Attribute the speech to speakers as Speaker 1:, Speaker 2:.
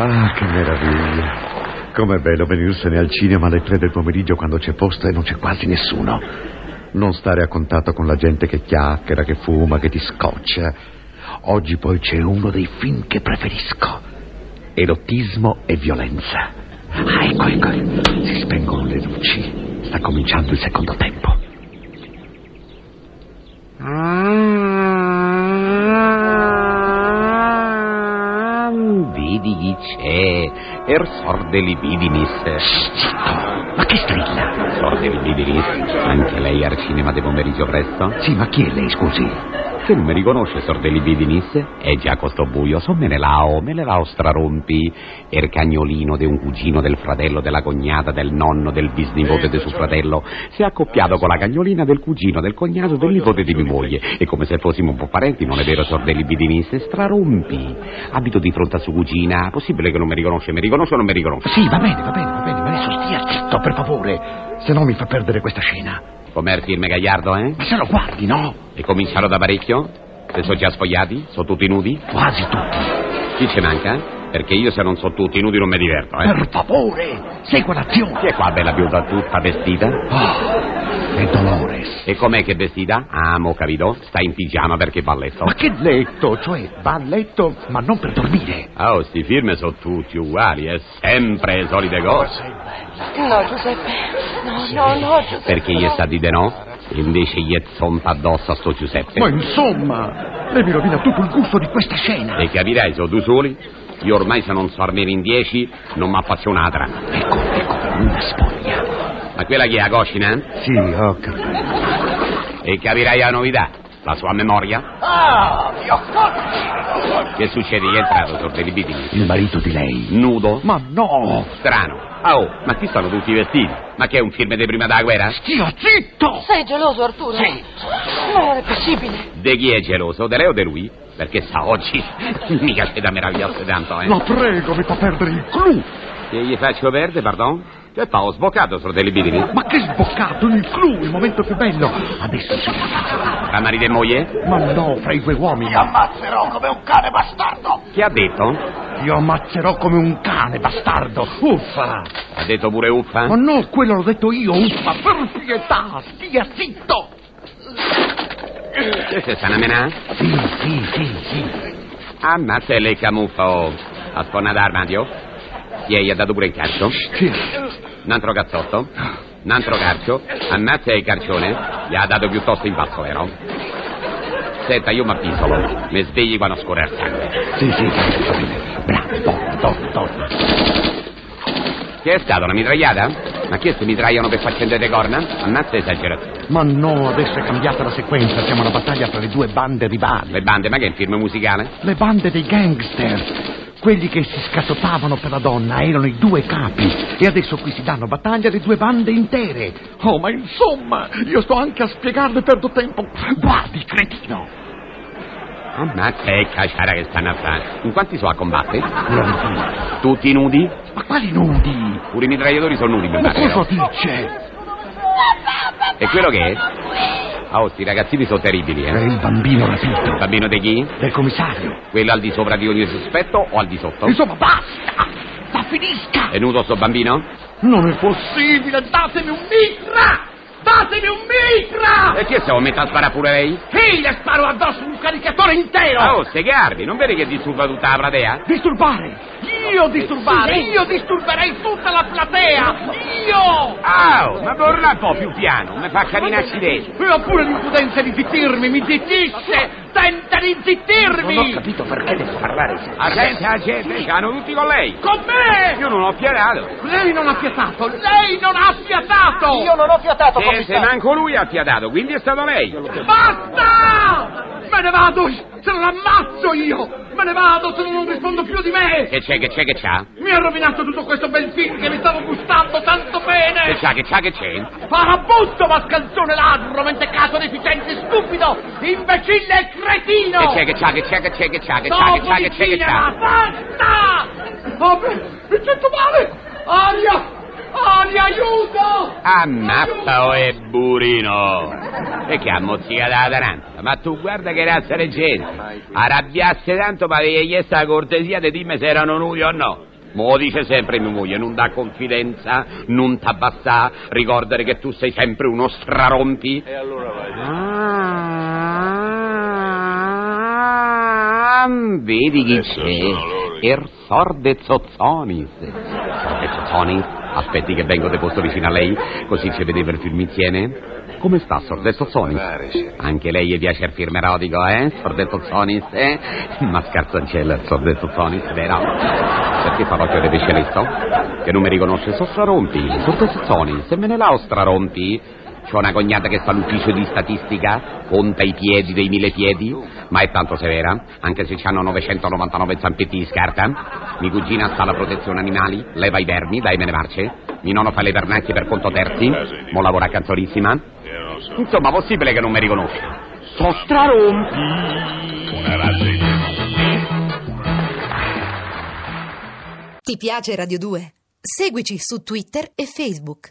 Speaker 1: Ah, che meraviglia. Com'è bello venirsene al cinema alle tre del pomeriggio quando c'è posta e non c'è quasi nessuno. Non stare a contatto con la gente che chiacchiera, che fuma, che ti scoccia. Oggi poi c'è uno dei film che preferisco. Erotismo e violenza. Ah, ecco, ecco. Si spengono le luci. Sta cominciando il secondo tempo.
Speaker 2: Mm. Vidi chi c'è, er sorde libidinis.
Speaker 1: Ma che strilla?
Speaker 2: Sorde libidinis, anche lei al cinema di pomeriggio presto?
Speaker 1: Sì, ma chi è lei, scusi?
Speaker 2: Se non mi riconosce sorde libidinis, è già costo buio, so me ne lao, me ne lao strarompi, er cagnolino di un cugino del fratello, della cognata, del nonno, del bisnipote di suo fratello, si è accoppiato con la cagnolina del cugino, del cognato, del nipote di mia moglie, e come se fossimo un po' parenti, non è vero sorde libidinis, strarompi, abito di fronte a sua cugina, possibile che non mi riconosce, mi riconosce o non mi riconosce?
Speaker 1: Sì, va bene, va bene, va bene, ma adesso stia zitto, per favore. Se no mi fa perdere questa scena.
Speaker 2: Com'è il film Gagliardo, eh?
Speaker 1: Ma se lo guardi, no?
Speaker 2: E cominciano da parecchio? Se sono già sfogliati? Sono tutti nudi?
Speaker 1: Quasi tutti.
Speaker 2: Chi ce manca? Perché io se non sono tutti nudi non mi diverto, eh?
Speaker 1: Per favore, segua l'azione.
Speaker 2: Chi è qua, bella biuta tutta vestita?
Speaker 1: Oh, è Dolores.
Speaker 2: E com'è che è vestita? Ah, mo capito, sta in pigiama perché va a letto.
Speaker 1: Ma che letto? Cioè, va a letto, ma non per dormire.
Speaker 2: Oh, sti film sono tutti uguali, eh? Sempre solide cose.
Speaker 3: No, Giuseppe. No, no, no, Giuseppe.
Speaker 2: Perché gli è stato di no? Invece gli è zompa addosso a sto Giuseppe.
Speaker 1: Ma insomma, lei mi rovina tutto il gusto di questa scena.
Speaker 2: E capirai, sono due soli. Io ormai se non so almeno in dieci, non mi faccio una trama.
Speaker 1: Ecco, ecco, una spoglia.
Speaker 2: Ma quella chi è la coscina?
Speaker 1: Sì, ho capito.
Speaker 2: E capirai la novità. La sua memoria?
Speaker 3: Ah, mio
Speaker 2: Che succede? Chi è entrato, sorte di bitini?
Speaker 1: Il marito di lei.
Speaker 2: Nudo?
Speaker 1: Ma no!
Speaker 2: Strano. Ah, Oh, ma chi sono tutti vestiti? Ma che è un film di prima della guerra?
Speaker 1: Stia zitto!
Speaker 3: Sei geloso, Arturo?
Speaker 1: Sì.
Speaker 3: Ma non è possibile.
Speaker 2: De chi è geloso? De lei o de lui? Perché sa oggi mica c'è da meravigliarsi tanto, eh?
Speaker 1: La prego, mi fa perdere il clou.
Speaker 2: Che gli faccio perdere, pardon? Che fa, ho sboccato solo delle bidini.
Speaker 1: Ma che sboccato, il clou, il momento più bello. Adesso sì.
Speaker 2: Tra marito e moglie?
Speaker 1: Ma no, fra i due uomini.
Speaker 3: ammazzerò come un cane bastardo.
Speaker 2: Chi ha detto?
Speaker 1: Io ammazzerò come un cane, bastardo. Uffa!
Speaker 2: Ha detto pure Uffa?
Speaker 1: Ma no, quello l'ho detto io, uffa. Per pietà, stia zitto.
Speaker 2: Che se sta una menà?
Speaker 1: Sì, sì, sì, sì.
Speaker 2: Ammazza le camuffa, oh. Ha sfornato armadio? Chi è, gli ha dato pure il calcio? Un altro cazzotto? Un altro calcio? Ammazza il carcione? Gli ha dato piuttosto in basso, vero? Senta, io mi appisolo. Mi svegli quando scorre il sangue.
Speaker 1: Sì, sì, va bene. Bravo, torna, torna, torna.
Speaker 2: Che è stata, una mitragliata? Ma che se mitragliano per far scendere le corna? Ammazza esagerazione.
Speaker 1: Ma no, adesso è cambiata la sequenza. Siamo alla battaglia tra le due bande rivali.
Speaker 2: Le bande, ma che è un film musicale?
Speaker 1: Le bande dei gangster. Quelli che si scassotavano per la donna erano i due capi e adesso qui si danno battaglia le due bande intere. Oh, ma insomma, io sto anche a spiegarle perdo tempo. Guardi, cretino.
Speaker 2: Ah, Ammazza e cacciara che stanno a fare. In quanti sono a combattere?
Speaker 1: Ma
Speaker 2: Tutti nudi?
Speaker 1: quali nudi?
Speaker 2: Pure i mitragliatori sono nudi, mi
Speaker 1: Ma
Speaker 2: pare. vero?
Speaker 1: cosa dice?
Speaker 2: E quello che è? Ah, Oh, sti ragazzini sono terribili,
Speaker 1: È
Speaker 2: eh.
Speaker 1: il bambino
Speaker 2: Il
Speaker 1: rapito
Speaker 2: bambino di chi?
Speaker 1: del commissario.
Speaker 2: Quello al di sopra di ogni sospetto o al di sotto?
Speaker 1: Insomma, basta! La finisca!
Speaker 2: È nudo sto bambino?
Speaker 1: Non è possibile! Datemi un mitra! Datemi un mitra!
Speaker 2: E che se lo mette a sparare pure lei?
Speaker 1: Sì, le sparo addosso un caricatore intero!
Speaker 2: Ah, Oh, ste armi, non vedi che disturba tutta la platea?
Speaker 1: Disturbare! Io disturbare! Io disturberei tutta la platea! Io!
Speaker 2: Ah, Oh, ma vorrà un po' più piano, mi fa camminarci dentro.
Speaker 1: E ho pure l'impudenza di zittirmi, mi zittisce! Tenta di zittirmi! Non ho capito perché devo parlare
Speaker 2: La gente, la gente, c'hanno tutti con lei.
Speaker 1: Con me!
Speaker 2: Io non ho pianato.
Speaker 1: Lei non ha fiatato! Lei non ha fiatato!
Speaker 3: Io non ho fiatato,
Speaker 2: E se
Speaker 3: commissario.
Speaker 2: manco lui ha piadato, quindi è stato lei.
Speaker 1: Basta! vado, io, se lo ammazzo io! Me ne vado, se non rispondo più di me!
Speaker 2: Che c'è, che c'è, che c'ha?
Speaker 1: Mi ha rovinato tutto questo bel film che mi stavo gustando tanto
Speaker 2: Che
Speaker 1: bene!
Speaker 2: c'ha, che c'ha, che c'è?
Speaker 1: Farabutto, mascalzone ladro, mentecato, deficiente, stupido, imbecille e cretino!
Speaker 2: Che c'è, che c'ha, che c'è, che c'è, che c'ha, che c'ha, che c'ha, che c'è, che
Speaker 1: cinema,
Speaker 2: c'ha?
Speaker 1: basta! Oh, mi, mi sento male! Aria! Aria, aiuto!
Speaker 2: Ammazza o è oh, burino! E che ammozzica dalla taranta! Ma tu guarda che razza di gente! Arrabbiasse tanto ma che gli sta la cortesia di dimmi se erano nudi o no! Mo lo dice sempre mia moglie, non dà confidenza, non t'abbassà, ricordare che tu sei sempre uno strarompi. E allora vai. Ah, vedi chi c'è? Er sorde zozzonis. Sorde zozzonis? Aspetti che vengo de posto vicino a lei, così ci vedeva il film insieme. Come sta sorde zozzonis? Anche lei gli piace il film erotico, eh? Sorde zozzonis, eh? Ma scarzangella, sorde zozzonis, vero? Perché fa l'occhio di pesce lei sto? Che non mi riconosce, so strarompi, sorde zozzonis, e me ne la o strarompi? C'ho una cognata che fa l'ufficio di statistica, conta i piedi dei mille piedi, ma è tanto severa, anche se hanno 999 zampetti di scarta. Mi cugina sta alla protezione animali, leva i vermi, dai me ne marce. Mi nonno fa le vernacchie per conto terzi, mo lavora a canzonissima. Insomma, possibile che non mi riconosci. So strarompi!
Speaker 4: Ti piace Radio 2? Seguici su Twitter e Facebook.